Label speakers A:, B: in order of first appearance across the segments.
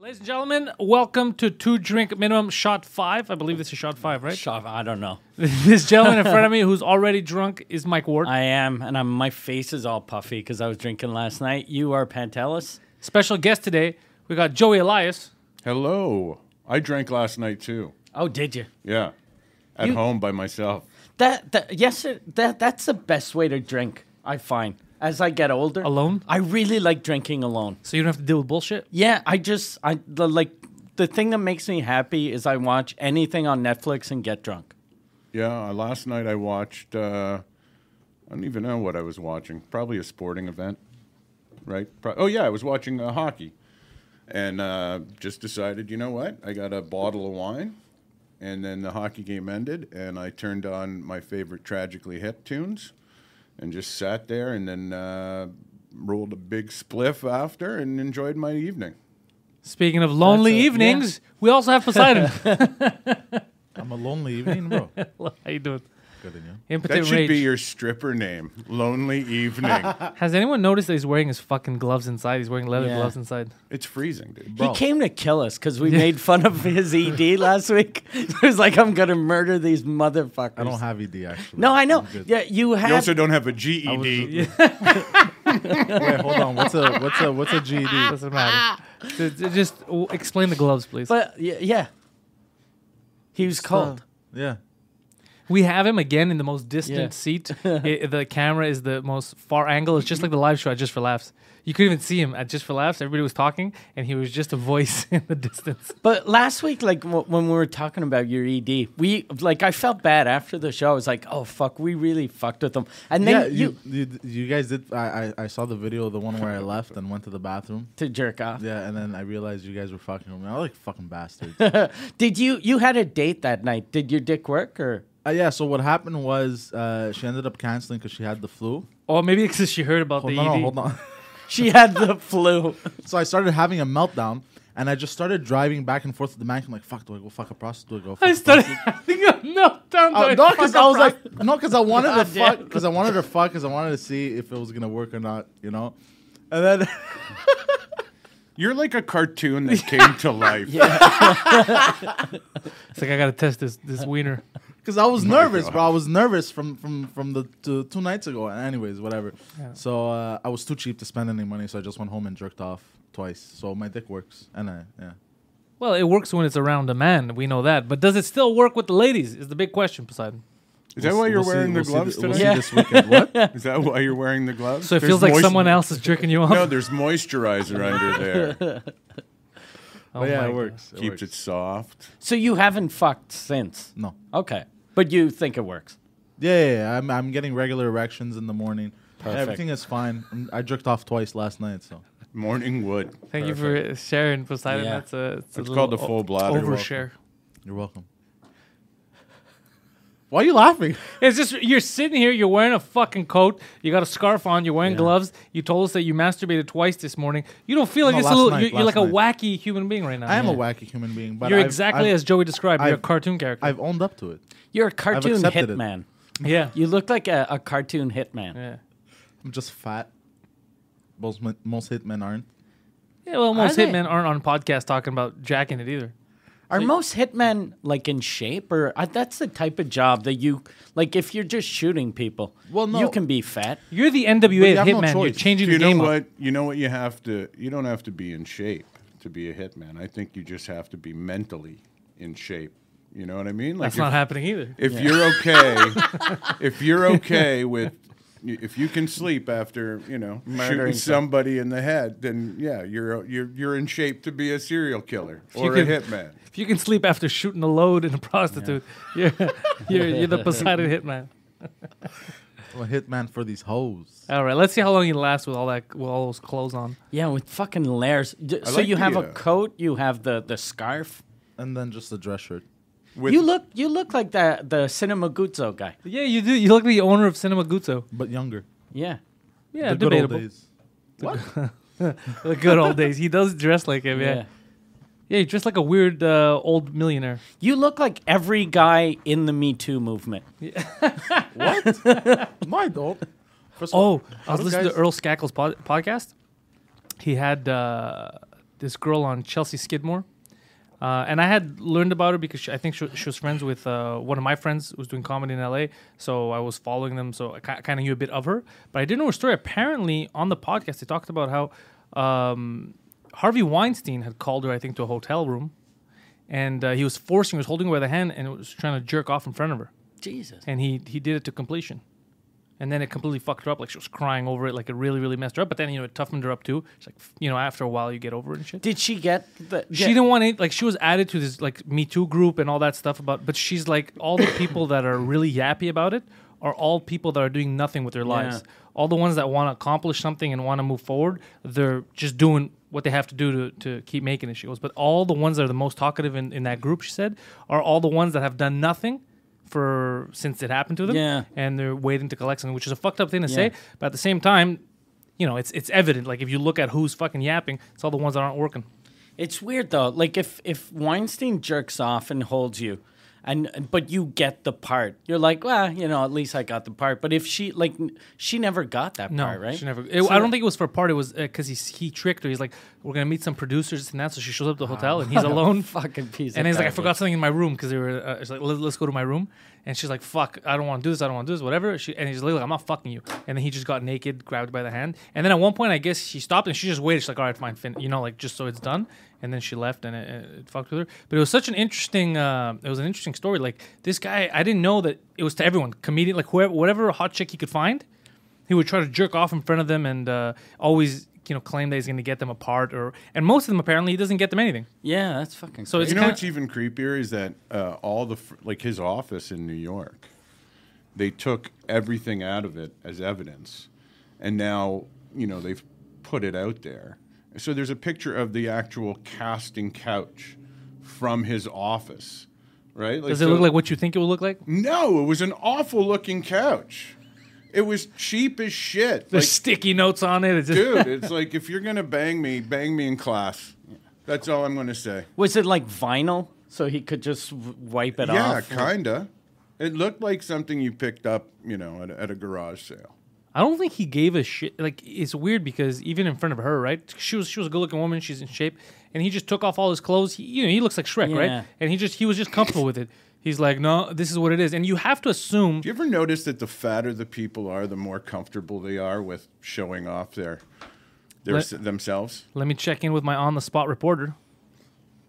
A: Ladies and gentlemen, welcome to Two Drink Minimum Shot 5. I believe this is Shot 5, right?
B: Shut up, I don't know.
A: this gentleman in front of me who's already drunk is Mike Ward.
B: I am, and I'm, my face is all puffy because I was drinking last night. You are Pantelis.
A: Special guest today, we got Joey Elias.
C: Hello. I drank last night too.
B: Oh, did you?
C: Yeah. At home by myself.
B: That, that yes, it, that that's the best way to drink. I find as I get older,
A: Alone?
B: I really like drinking alone.
A: So you don't have to deal with bullshit.
B: Yeah, I just I the like the thing that makes me happy is I watch anything on Netflix and get drunk.
C: Yeah. uh, Last night I watched, uh, I don't even know what I was watching. Probably a sporting event, right? Pro- oh, yeah. I was watching uh, hockey and uh, just decided, you know what? I got a bottle of wine. And then the hockey game ended, and I turned on my favorite Tragically Hip tunes and just sat there and then uh, rolled a big spliff after and enjoyed my evening.
A: Speaking of lonely
B: That's a-
A: evenings, we also have Poseidon.
D: I'm a lonely evening, bro.
A: How you doing?
D: Good in you.
A: Impotent
C: That should
A: rage.
C: be your stripper name. Lonely Evening.
A: Has anyone noticed that he's wearing his fucking gloves inside? He's wearing leather
B: Yeah.
A: gloves inside.
C: it's freezing, dude.
B: He came to kill us because we made fun of his ED last week. He was like, "I'm gonna murder these motherfuckers."
D: I don't have ED actually.
B: No, I know.
D: I'm good.
B: Yeah, you
C: You
B: have.
C: also don't have a E GED.
D: Wait, hold on. What's a what's a what's a
B: Ah.
D: E GED?
A: Doesn't matter. Ju- ju- Just w- explain the gloves, please.
B: but y- yeah, he was cold.
D: Yeah.
A: We have him again in the most distant
B: Yeah.
A: seat. I- the camera is the most far angle. It's just like the live show at Just for Laughs. You couldn't even see him at Just for Laughs. Everybody was talking, and he was just a voice in the distance.
B: But last week, like w- when we were talking about your ED, we like I felt bad after the show. I was like, "Oh fuck, we really fucked with them." And then
D: yeah.
B: you,
D: You, you d- you guys did. I, I I saw the video of the one where I left and went to the bathroom.
B: to jerk off.
D: Yeah, and then I realized you guys were fucking with me. I like fucking bastards. Uh,
B: Did you? You had a date that night. Did your dick work or?
D: uh, yeah. So what happened was uh, she ended up canceling because she had the flu.
A: Or maybe because she heard about
D: Hold
A: the E
D: on,
B: E
A: ED.
D: hold on.
B: She had the flu.
D: So I started having a meltdown, and I just started driving back and forth to the bank. I'm like, fuck, do I go fuck a prostitute? Do I go? Fuck
A: I
D: a
A: started having a meltdown.
D: Oh,
A: though.
D: no, because
A: Fuck
D: I was
A: off.
D: like, no, because I wanted to
A: God damn.
D: fuck, because I wanted to fuck, because I wanted to see if it was gonna work or not, you know. And then
C: You're like a cartoon that came to life.
A: it's like I gotta test this this wiener.
D: Because I was nervous, bro. I was nervous from from from the two, two nights ago. Anyways, whatever. So uh, I was too cheap to spend any money, so I just went home and jerked off twice. So my dick works, and I yeah.
A: Well, it works when it's around a man. We know that. But does it still work with the ladies? Is the big question, Poseidon.
C: Is that why you're
D: We'll see-
C: wearing
D: we'll
C: the
D: see
C: gloves
D: th- we'll
C: today?
B: Yeah.
D: see this weekend. What?
C: Is that why you're wearing the gloves?
A: So it
C: There's
A: feels like
C: moist-
A: someone else is jerking you off.
C: No, there's moisturizer under there.
A: oh
D: But yeah,
A: my
D: it works. It
C: Keeps
D: works.
C: it soft.
B: So you haven't fucked since.
D: No.
B: Okay, but you think it works.
D: Yeah, yeah, yeah. I'm I'm getting regular erections in the morning. Everything is fine. I'm- I jerked off twice last night, so.
C: Morning wood.
A: God. Thank you for sharing, Poseidon.
B: Yeah.
A: That's a it's, a
C: It's called
A: little
C: a full
A: o-
C: bladder.
A: overshare.
D: You're welcome. Why are you laughing?
A: It's just you're sitting here, you're wearing a fucking coat, you got a scarf on, you're wearing gloves. You told us that you masturbated twice this morning. You don't feel like
D: No,
A: it's a
D: last
A: little.
D: night,
A: you're you're like
D: last
A: a wacky human being right now.
D: I am a wacky human being, but
A: You're
D: I've-
A: exactly
D: I've-
A: as Joey described. You're a
D: I've-
A: cartoon character.
D: I've owned up to it.
B: You're a cartoon
D: accepted it.
B: hitman.
A: yeah.
B: You look like a, a cartoon hitman.
A: yeah.
D: I'm just fat. Most men- most hitmen aren't.
A: Yeah. Well, most
B: they?
A: hitmen aren't on podcasts talking about jacking it either.
B: Are most hitmen like in shape, or uh, that's the type of job that you like? If you're just shooting people,
D: Well,
B: you
D: no.
B: can be fat.
A: You're the NWA
D: you
A: of
D: have no
A: hitman. you're
D: choice.
A: changing
C: You
A: the
C: know
A: game. up.
C: what? You know what you have to you don't have to be in shape to be a hitman. I think you just have to be mentally in shape. You know what I mean? Like
A: That's
C: if-
A: not happening either.
C: if you're okay if you're okay with y- if you can sleep after you know
B: Murdering
C: shooting somebody in the head, then yeah, you're you're you're in shape to be a serial killer or a
A: you can-
C: hitman.
A: If you can sleep after shooting a load and a prostitute, you're, you're you're the Poseidon hitman.
D: I'm a hitman for these hoes.
A: All right, let's see how long he lasts with all that with all those clothes on.
B: Yeah, with fucking layers. D- so
C: like
B: you
C: the,
B: have a
C: uh,
B: coat, you have the the scarf.
D: And then just a dress shirt.
C: With
B: you look you look like the the Cinema Guzzo guy.
A: Yeah, you do. You look like the owner of Cinema Guzzo.
D: But younger.
B: Yeah.
A: Yeah,
D: the good
A: debatable.
D: old days.
A: The good old days. He does dress like him. Yeah, yeah, he dressed like a weird uh, old millionaire.
B: You look like every guy in the Me Too movement.
D: No, I don't. First of
A: Oh, I
D: how
A: was
D: do
A: listening to
D: guys-
A: Earl Scackle's pod- podcast. He had uh, this girl on Chelsea Skidmore, uh, and I had learned about her because she, I think she, she was friends with uh, one of my friends who was doing comedy in LA. So I was following them, so I kind of knew a bit of her, but I didn't know her story. Apparently, on the podcast, they talked about how um, Harvey Weinstein had called her, I think, to a hotel room, and uh, he was forcing, he was holding her by the hand, and was trying to jerk off in front of her
B: Jesus.
A: and he he did it to completion. And then it completely fucked her up. Like she was crying over it. Like it really, really messed her up. But then you know it toughened her up too. It's like f- you know after a while you get over it and shit.
B: Did she get the
A: she
B: yeah.
A: didn't want it. Like she was added to this like Me Too group and all that stuff about. But she's like all the people that are really yappy about it are all people that are doing nothing with their lives. All the ones that want to accomplish something and want to move forward, they're just doing what they have to do to, to keep making it. She goes, but all the ones that are the most talkative in, in that group, she said, are all the ones that have done nothing for since it happened to them
B: Yeah.
A: and they're waiting to collect something, which is a fucked up thing to
B: Yeah.
A: say. But at the same time, you know, it's it's evident. Like if you look at who's fucking yapping, it's all the ones that aren't working.
B: It's weird though. Like if if Weinstein jerks off and holds you, and but you get the part, you're like, well, you know, at least I got the part. But if she like n- she never got that
A: No,
B: part, right?
A: she never. It,
B: So
A: I don't think it was for a party. It was because he he tricked her. He's like, we're gonna meet some producers and that. So she shows up at the hotel and he's alone.
B: fucking piece.
A: And
B: of
A: he's like, I
B: garbage.
A: forgot something in my room because they were. Uh, it's like, Let, us go to my room. And she's like, fuck, I don't want to do this. I don't want to do this. Whatever. She, and he's like, I'm not fucking you. And then he just got naked, grabbed by the hand. And then at one point, I guess she stopped and she just waited. She's like, all right, fine, fin-, you know, like just so it's done. And then she left and it, it- it fucked with her. But it was such an interesting. Uh, it was an interesting story. Like this guy, I didn't know that it was to everyone, comedian, like whoever, whatever hot chick he could find he would try to jerk off in front of them and uh, always you know claim that he's going to get them apart or and most of them apparently he doesn't get them anything
B: Yeah, that's fucking.
A: so it's
C: you know
A: kinda,
C: what's even creepier is that uh, all the fr- like his office in New York, they took everything out of it as evidence, and now you know they've put it out there. So there's a picture of the actual casting couch from his office, right? Like,
A: does it
C: so-
A: look like what you think it will look like
C: No, it was an awful looking couch. It was cheap as shit.
A: there's
C: Like,
A: sticky notes on it it's just,
C: dude, it's like if you're gonna bang me, bang me in class. That's all I'm gonna say.
B: was it like vinyl, so he could just w- wipe it
C: yeah,
B: off?
C: kinda. It looked like something you picked up, you know, at, a- at a garage sale.
A: i don't think he gave a shit like it's weird because even in front of her right she was she was a good looking woman she's in shape and he just took off all his clothes he, you know he looks like shrek
B: Yeah.
A: right and he just he was just comfortable with it he's like no this is what it is and you have to assume
C: Do you ever notice that the fatter the people are, the more comfortable they are with showing off their, their
A: Let-
C: s- themselves?
A: let me check in with my on the spot reporter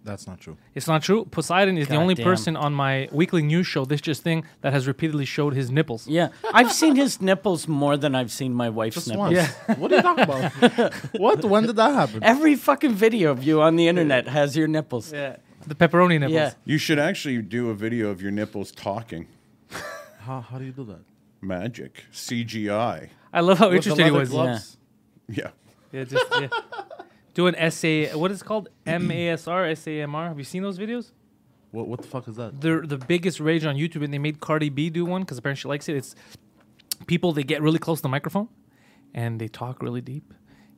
D: That's not true.
A: It's not true. Poseidon is the only
B: Goddamn.
A: person on my weekly news show, This Just Thing, that has repeatedly showed his nipples.
B: Yeah, I've seen his nipples more than I've seen my wife's
D: Just
B: nipples.
D: once. What are you talking about? what? When did that happen?
B: Every fucking video of you on the internet has your nipples.
A: Yeah. The pepperoni nipples.
B: Yeah.
C: You should actually do a video of your nipples talking.
D: How, how do you do that?
C: Magic. CGI.
A: I love how
D: With the
A: interested he
D: leather
A: was.
B: glove?
D: gloves?
C: Yeah.
A: Yeah, just yeah. do an essay. What is it called? MASR, SAMR. Have you seen those videos?
D: What, what the fuck is that?
A: They're the biggest rage on YouTube, and they made Cardi B do one because apparently she likes it. It's people they get really close to the microphone, and they talk really deep,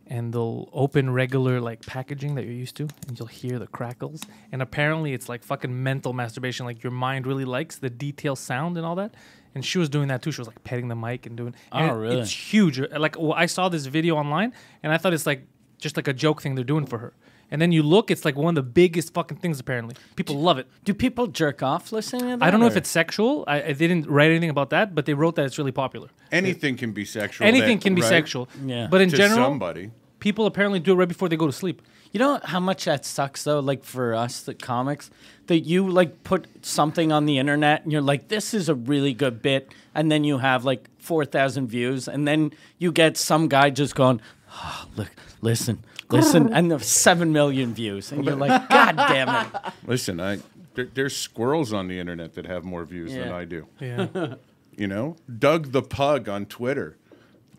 A: and they'll open regular like packaging that you're used to, and you'll hear the crackles. And apparently, it's like fucking mental masturbation. Like your mind really likes the detail sound and all that. And she was doing that too. She was like petting the mic and doing.
B: Oh,
A: and
B: really?
A: It's huge. uh, Like well, I saw this video online, and I thought it's like just like a joke thing they're doing for her. And then you look, it's like one of the biggest fucking things. Apparently, people love it.
B: Do people jerk off listening to that?
A: I don't know if
B: or-
A: it's sexual. I, I they didn't write anything about that, but they wrote that it's really popular.
C: Anything can be sexual.
A: Anything
C: that-
A: can be
C: right?
A: sexual.
B: Yeah.
A: But in
C: to
A: general,
C: somebody.
A: people apparently do it right before they go to sleep.
B: You know how much that sucks though, like for us, the comics, that you like put something on the internet and you're like, this is a really good bit, and then you have like four thousand views, and then you get some guy just going, "Ah, look, listen, listen, and the seven million views, and you're like, god damn it,
C: Listen, I there, there's squirrels on the internet that have more views than
B: Yeah.
C: I do.
A: Yeah.
C: You know, Doug the pug on Twitter.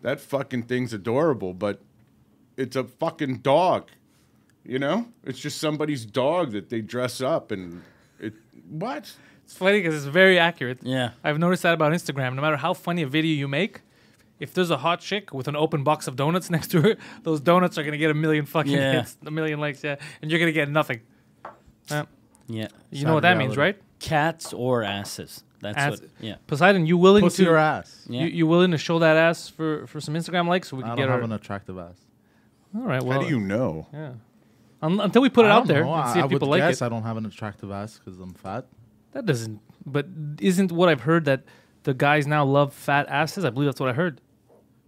C: That fucking thing's adorable, but it's a fucking dog. You know, it's just somebody's dog that they dress up and it. What?
A: It's funny because it's very accurate.
B: Yeah.
A: I've noticed that about Instagram. No matter how funny a video you make, if there's a hot chick with an open box of donuts next to her, those donuts are gonna get a million fucking
B: Yeah.
A: hits, a million likes, yeah, and you're gonna get nothing. Uh,
B: yeah,
A: you know what that means, right?
D: reality.
B: cats or asses. That's
A: Ass-
B: what, yeah.
A: Poseidon, you willing
D: Pussy
A: to
D: your ass.
B: Yeah.
A: you, you willing to show that ass for, for some Instagram likes so we
D: I
A: can
D: don't
A: get our
D: have an attractive ass.
A: all right. Well,
C: How do you know?
A: yeah. Un- until we put it
D: I
A: out
D: don't
A: there
D: know.
A: and
D: I-
A: see if
D: I
A: people
D: would
A: like
D: guess
A: it.
D: I don't have an attractive ass because I'm fat.
A: That doesn't. But isn't what I've heard that the guys now love fat asses? I believe that's what I heard.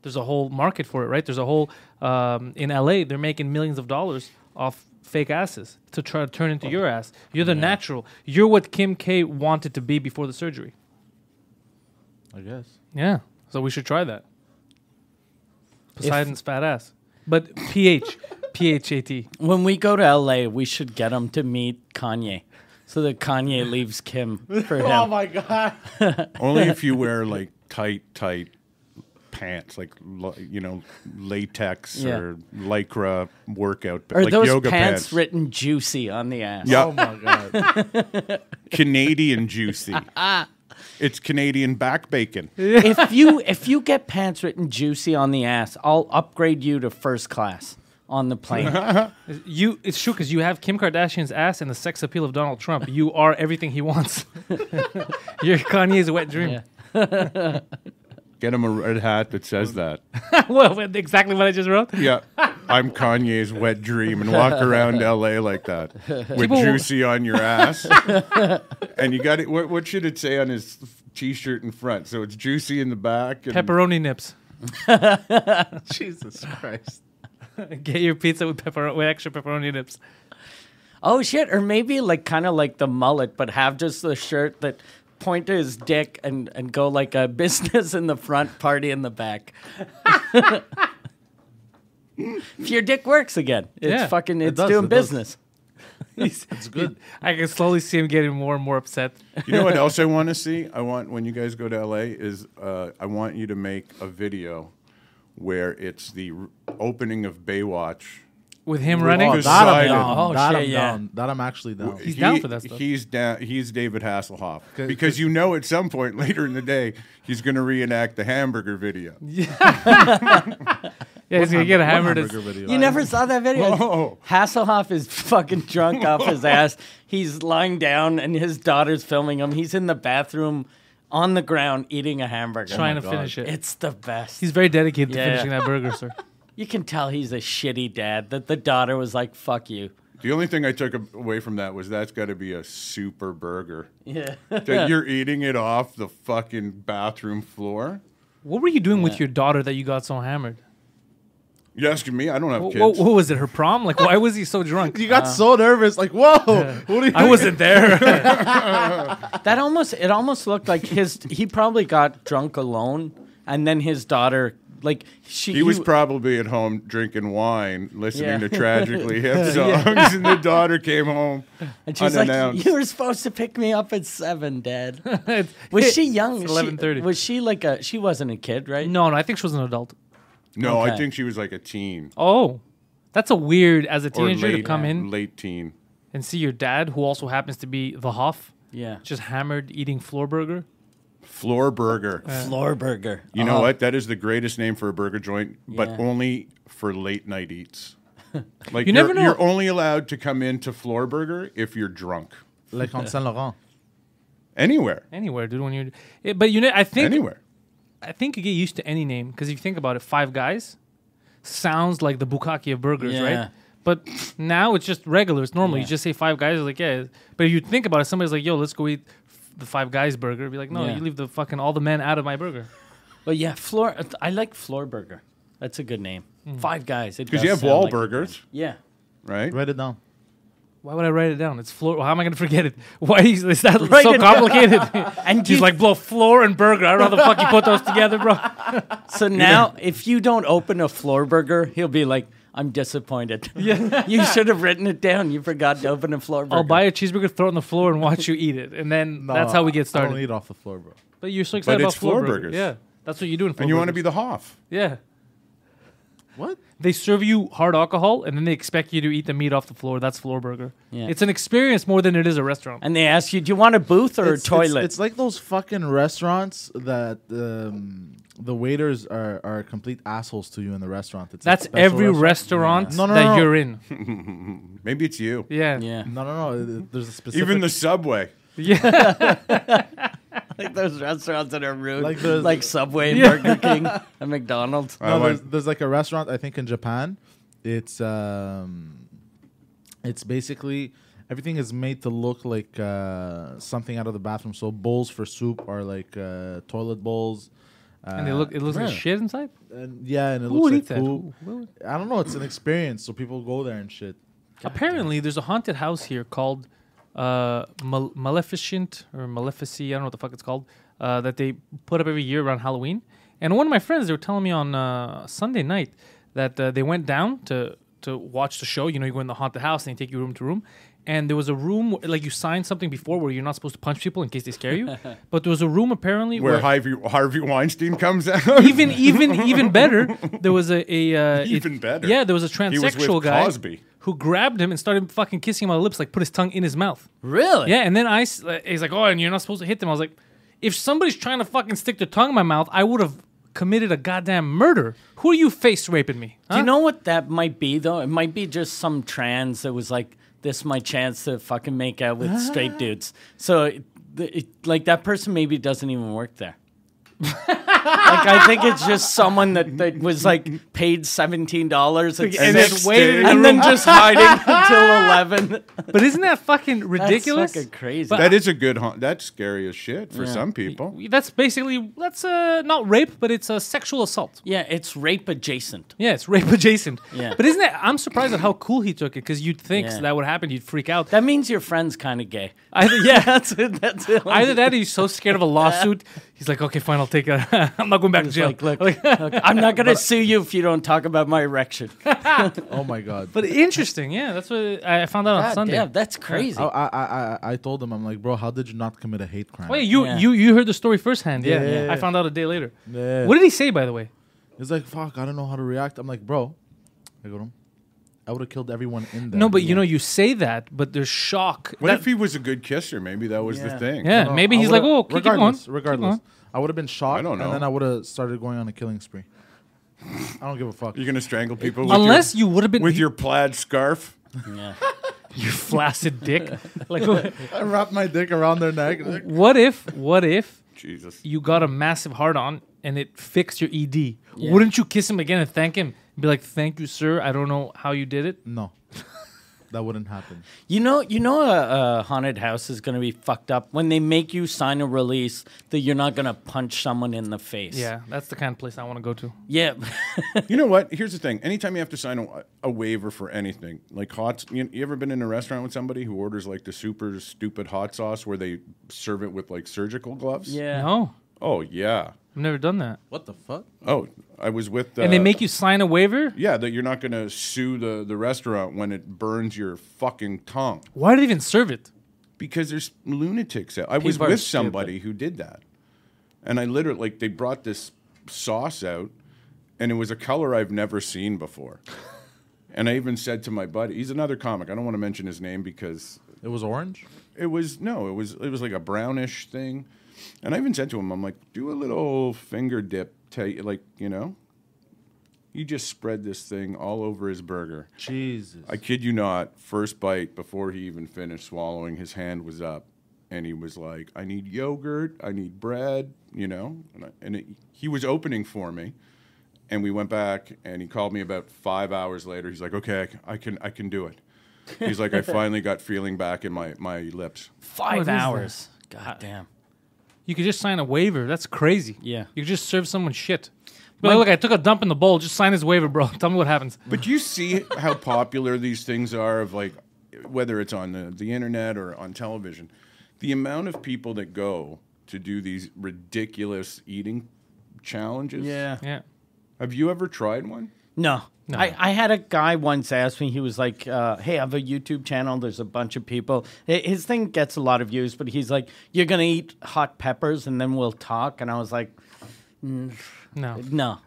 A: There's a whole market for it, right? There's a whole um, in LA. They're making millions of dollars off fake asses to try to turn
D: Oh.
A: into your ass. You're the natural. You're what Kim K wanted to be before the surgery.
D: I guess.
A: Yeah. So we should try that. Poseidon's fat ass. But PH, PHAT.
B: When we go to LA, we should get him to meet Kanye, so that Kanye leaves Kim for
C: Oh
B: him.
D: god.
C: Only if you wear like tight, tight pants, like lo- you know, latex
B: Yeah.
C: or lycra workout, pa-
B: Are
C: like
B: those
C: yoga
B: pants,
C: pants.
B: written juicy on the ass?
C: Yeah.
D: Oh my god.
C: Canadian juicy. it's Canadian back bacon.
B: if you if you get pants written juicy on the ass, I'll upgrade you to first class on the plane.
A: You, it's true because you have Kim Kardashian's ass and the sex appeal of Donald Trump. You are everything he wants. You're Kanye's wet dream.
B: Yeah.
C: Get him a red hat that says that.
A: Well, what- exactly what I just wrote.
C: Yeah. I'm Kanye's wet dream and walk around LA like that with
A: People-
C: juicy on your ass. and you got it. What, what should it say on his t shirt in front? So it's juicy in the back. And
A: Pepperoni nips.
D: Jesus Christ.
A: Get your pizza with pepper with extra pepperoni nips.
B: Oh shit! Or maybe like kind of like the mullet, but have just the shirt that point to his dick and and go like a business in the front, party in the back. if your dick works again, it's
A: Yeah,
B: fucking
D: it
B: it's
D: does,
B: doing
D: it does.
B: business.
A: It's good. I can slowly see him getting more and more upset.
C: You know what else I want to see? I want when you guys go to LA is uh, I want you to make a video where it's the r- opening of Baywatch.
A: With him running,
D: Oh,
C: Because-
D: that I'm
C: Poseidon.
D: down.
B: Oh,
D: that
B: shit,
D: I'm
B: yeah.
D: down. That I'm actually down.
A: He's down for that stuff.
C: He's down. He's David Hasselhoff because you know at some point later in the day he's going to reenact the hamburger video.
A: yeah, he's gonna get a hammer. that's-
D: video.
B: You never saw that video?
C: Oh.
B: Hasselhoff is fucking drunk off his ass. He's lying down and his daughter's filming him. He's in the bathroom on the ground eating a hamburger.
A: trying to
D: God.
A: finish it.
B: It's the best.
A: he's very dedicated to
B: Yeah.
A: finishing that burger, sir.
B: you can tell he's a shitty dad that the daughter was like, fuck you.
C: The only thing I took ab- away from that was that's got to be a super burger
B: Yeah.
C: that you're eating it off the fucking bathroom floor.
A: What were you doing with your daughter that you got so hammered?
C: You asking me? I don't have
A: What,
C: kids.
A: what, what was it? Her prom? Like, why was he so drunk?
D: You got so nervous, like, whoa! What are you
A: Uh-huh. I wasn't there.
B: That almost it almost looked like his he probably got drunk alone and then his daughter like she
C: He was probably at home drinking wine, listening
B: Yeah.
C: to tragically hip songs, and the daughter came home
B: and she's like
C: unannounced.
B: you were supposed to pick me up at 7, dad.
A: It's-
B: Was she young?
A: It's
B: She-
A: 11:30.
B: Was she like a? She wasn't a kid, right?
A: no, no, I think she was an adult.
C: no, I
B: Okay.
C: think she was like a teen
A: Oh, that's a weird as a
C: or
A: teenager to
C: late,
A: come in
C: late teen.
A: and see your dad, who also happens to be the Hoff,
B: Yeah.
A: just hammered eating floor burger.
C: Floor burger.
A: Uh,
B: floor burger. Uh-huh.
C: you
A: Uh-huh.
C: know what? That is the greatest name for a burger joint, but
B: Yeah.
C: only for late night eats. Like
A: You
C: you
A: never
C: never
A: know.
C: You're only allowed to come into Floor Burger if you're drunk.
D: Like on Saint Laurent.
C: Anywhere,
A: Anywhere, dude. When you're, Eh, but you know, I think
C: anywhere.
A: I think you get used to any name because if you think about it, Five Guys sounds like the bukkake of burgers,
B: Yeah.
A: right? But now it's just regular. It's normal. You just say Five Guys, like yeah. But if you think about it, somebody's like, "Yo, let's go eat f- the Five Guys burger." Be like, "No,
B: Yeah.
A: you leave the fucking all the men out of my burger."
B: But yeah, floor. I like floor burger. That's a good name. Five guys.
C: Because you have Wahlburgers,
B: yeah.
C: right?
D: Write it down.
A: Why would I write it down? It's floor. How am I going to forget it? Why is, is that
B: Write
A: so
B: it down.
A: complicated?
B: And
A: He's
B: you-
A: like, blow floor and burger. I don't know how the fuck you put those together, bro.
B: So now, if you don't open a floor burger, he'll be like, "I'm disappointed. Yeah. you should have written it down. You forgot to open a floor burger."
A: I'll buy a cheeseburger, throw it on the floor, and watch you eat it. And then that's how we get
D: I don't
A: started.
D: eat off the floor, bro.
A: But you're so excited
C: But
A: about
C: it's floor
A: floor burger.
C: burgers.
A: Yeah. That's what you're doing.
C: And you want to be the Hoff.
A: Yeah.
D: What?
A: They serve you hard alcohol and then they expect you to eat the meat off the floor. That's floor burger.
B: Yeah.
A: It's an experience more than it is a restaurant.
B: and they ask you, "Do you want a booth or
D: it's,
B: a toilet?"
D: It's, it's like those fucking restaurants that um, the waiters are, are complete assholes to you in the restaurant. It's a
A: That's
D: special
A: every restaurant
D: No, no,
A: that
D: no.
A: you're in.
C: Maybe it's you.
A: Yeah.
B: yeah,
D: No, no, no. uh, There's a specific.
C: Even the Subway.
B: like those restaurants that are rude,
D: Like
B: like,
D: those-
B: Subway, and Burger King, and McDonald's.
C: I
D: No, Uh, there's,
C: went-
D: there's like a restaurant I think in Japan. It's um, it's basically everything is made to look like uh, something out of the bathroom. So bowls for soup are like uh, toilet bowls. Uh,
A: And they look it looks like
D: yeah.
A: shit inside.
D: And, yeah, and it
A: Who would eat
D: looks
A: that?
D: like
A: Who-
D: poo.
A: who would-
D: I don't know. It's an experience, so people go there and shit.
A: Apparently, there's a haunted house here called uh, Mal- Maleficent or Malefici. I don't know what the fuck it's called. Uh, that they put up every year around Halloween. And one of my friends, they were telling me on uh, Sunday night that uh, they went down to to watch the show. You know, you go in the haunted house and they take you room to room. And there was a room wh- like you signed something before where you're not supposed to punch people in case they scare you. but there was a room apparently
C: Where
A: where
C: Harvey, Harvey Weinstein comes out.
A: even even even better, there was a, a uh, it-
C: Even better.
A: Yeah, there was a
C: was with
A: transsexual guy
C: Cosby.
A: who grabbed him and started fucking kissing him on the lips, like put his tongue in his mouth.
B: Really?
A: Yeah, and then I s- like, he's like, oh, and you're not supposed to hit them. I was like, if somebody's trying to fucking stick their tongue in my mouth, I would have committed a goddamn murder. Who are you face raping me?
B: Do
A: huh?
B: you know what that might be though? It might be just some trans that was like, "This my chance to fucking make out with
A: Ah.
B: straight dudes." So, it, it, like that person maybe doesn't even work there. like I think it's just someone that, that was like paid seventeen dollars and,
A: And
B: six,
A: then waited in the
B: and
A: room.
B: then just hiding until eleven.
A: But isn't that fucking ridiculous?
B: That's fucking crazy.
C: that is a good haunt. That's scary as shit for some people.
A: That's basically that's uh, not rape, but it's a sexual assault.
B: yeah, it's rape adjacent.
A: Yeah, it's rape adjacent.
B: Yeah.
A: But isn't that? I'm surprised at how cool he took it because you'd think
B: Yeah.
A: that would happen. You'd freak out.
B: That means your friend's kind of gay.
A: Either, yeah,
B: that's it. That's it.
A: Either that, or he's so scared of a lawsuit, he's like, "Okay, fine, I'll take it. I'm not going back to
B: It's
A: jail."
B: Like, look, look, I'm not gonna sue you if you don't talk about my erection.
D: Oh my god!
A: but interesting, yeah. That's what I found out on
B: God
A: Sunday.
B: damn, that's crazy.
D: I, I I I- I told them I'm like, bro, how did you not commit a hate crime?
A: Wait, Oh, you
B: Yeah.
A: you you heard the story firsthand? Yeah,
D: Yeah.
A: I found out a day later.
D: Yeah.
A: What did he say, by the way?
D: It's like, fuck, I don't know how to react. I'm like, bro, I go to him. I would have killed everyone in there.
A: No, but you know, you say that, but there's shock.
C: What
A: That-
C: if he was a good kisser? Maybe that was the
B: Yeah.
C: thing.
A: yeah, maybe
D: I
A: he's like,
D: would've-
A: "Oh, okay, keep going,
D: regardless,
A: keep
D: regardless,
A: going."
D: I would have been shocked,
C: I don't know.
D: and then I would have started going on a killing spree. I don't give a fuck.
C: You're gonna strangle people with
A: Unless
C: your,
A: you would have been
C: with your plaid scarf.
A: you flaccid dick. Like,
D: I wrap my dick around their neck. and like-
A: what if? What if?
C: Jesus.
A: you got a massive hard on and it fixed your ED, wouldn't you kiss him again and thank him? Be like, thank you, sir. I don't know how you did it.
D: no, that wouldn't happen.
B: You know, you know, a, a haunted house is gonna be fucked up when they make you sign a release that you're not gonna punch someone in the face.
A: Yeah, that's the kind of place I want to go to.
B: yeah.
C: You know what? Here's the thing. Anytime you have to sign a, a waiver for anything, like hot, you, you ever been in a restaurant with somebody who orders like the super stupid hot sauce where they serve it with like surgical gloves?
B: yeah.
A: No,
C: Oh yeah.
A: I've never done that.
D: What the fuck?
C: Oh, I was with. Uh,
A: and they make you sign a waiver.
C: Yeah, that you're not gonna sue the the restaurant when it burns your fucking tongue
A: Why do they even serve it?
C: because there's lunatics. Out. I was
B: People are
C: with somebody who did that, and I literally like they brought this sauce out, and it was a color I've never seen before. And I even said to my buddy, he's another comic. I don't want to mention his name because
D: It was orange.
C: it was no, it was it was like a brownish thing. And I even said to him, I'm like, do a little finger dip, ta- like you know. You just spread this thing all over his burger.
D: Jesus.
C: I kid you not, first bite before he even finished swallowing, his hand was up and he was like, I need yogurt, I need bread, you know? And, I, and it, he was opening for me. And we went back and he called me about five hours later. He's like, okay, I c- I can, I can do it. He's like, I finally got feeling back in my, my lips.
A: What is
B: Five
A: that?
B: hours. God damn.
A: You could just sign a waiver. That's crazy.
B: Yeah.
A: You could just serve someone shit. But like, look, I took a dump in the bowl. Just sign this waiver, bro. Tell me what happens.
C: But do you see how popular these things are of like whether it's on the, the internet or on television? The amount of people that go to do these ridiculous eating challenges.
B: Yeah.
A: Yeah.
C: Have you ever tried one?
B: No. I, I had a guy once ask me, he was like, uh, Hey, I have a YouTube channel. There's a bunch of people. Hi- His thing gets a lot of views, but he's like, You're going to eat hot peppers and then we'll talk. And I was like,
A: No.
B: No.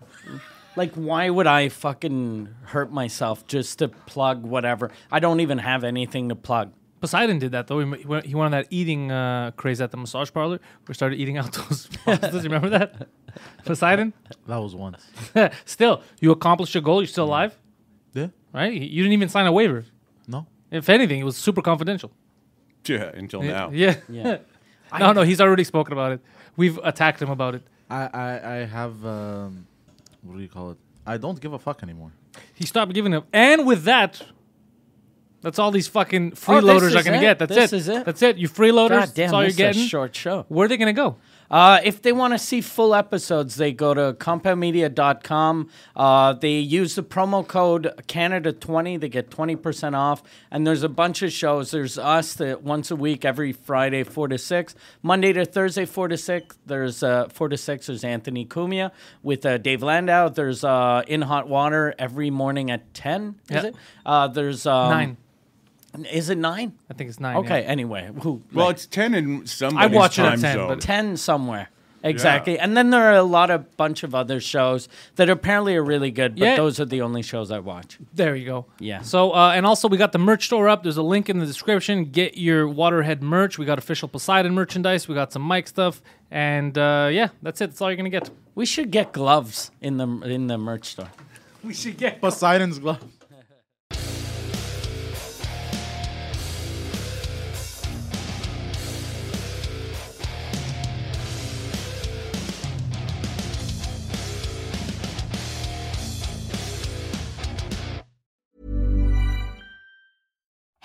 B: Like, why would I fucking hurt myself just to plug whatever? I don't even have anything to plug.
A: Poseidon did that though. He went, he went on that eating uh, craze at the massage parlor. We started eating out those pastas. you remember that? Poseidon.
D: That was once.
A: still, you accomplished your goal. You're still alive,
D: Yeah.
A: right? You- You didn't even sign a waiver.
D: No.
A: If anything, it was super confidential.
C: Yeah, until now.
A: Yeah.
B: Yeah.
A: no, no, he's already spoken about it. We've attacked him about it.
D: I I, I have um, what do you call it? I don't give a fuck anymore.
A: He stopped giving him. And with that, that's all these fucking
B: Oh, this
A: freeloaders
B: is
A: are gonna
B: it?
A: get. That's
B: This
A: it.
B: is it?
A: That's it. You freeloaders.
B: God
A: that's
B: damn,
A: all
B: this
A: you're
B: is a
A: getting.
B: short show.
A: Where are they gonna go?
B: Uh, if they want to see full episodes, they go to compoundmedia.com. Uh, they use the promo code Canada20. They get 20% off. And there's a bunch of shows. There's us that once a week, every Friday, 4 to 6. Monday to Thursday, 4 to 6. There's uh, 4 to 6. There's Anthony Cumia with uh, Dave Landau. There's uh, In Hot Water every morning at 10. Is
A: Yeah.
B: it? Uh, there's um,
A: Nine.
B: Is it 9?
A: I think it's nine. yeah.
B: Okay, anyway. Who,
C: Well, it's ten in somebody's
A: watch it at
C: time
A: 10,
C: zone.
A: but-
B: 10 somewhere. Exactly. And then there are a lot of bunch of other shows that apparently are really good, but
A: Yeah.
B: those are the only shows I watch.
A: There you go.
B: Yeah.
A: So uh, and also we got the merch store up. There's a link in the description. Get your Waterhead merch. We got official Poseidon merchandise. We got some mic stuff. And uh, yeah, that's it. That's all you're gonna get.
B: We should get gloves in the in the merch store.
A: We should get.
D: Poseidon's glove.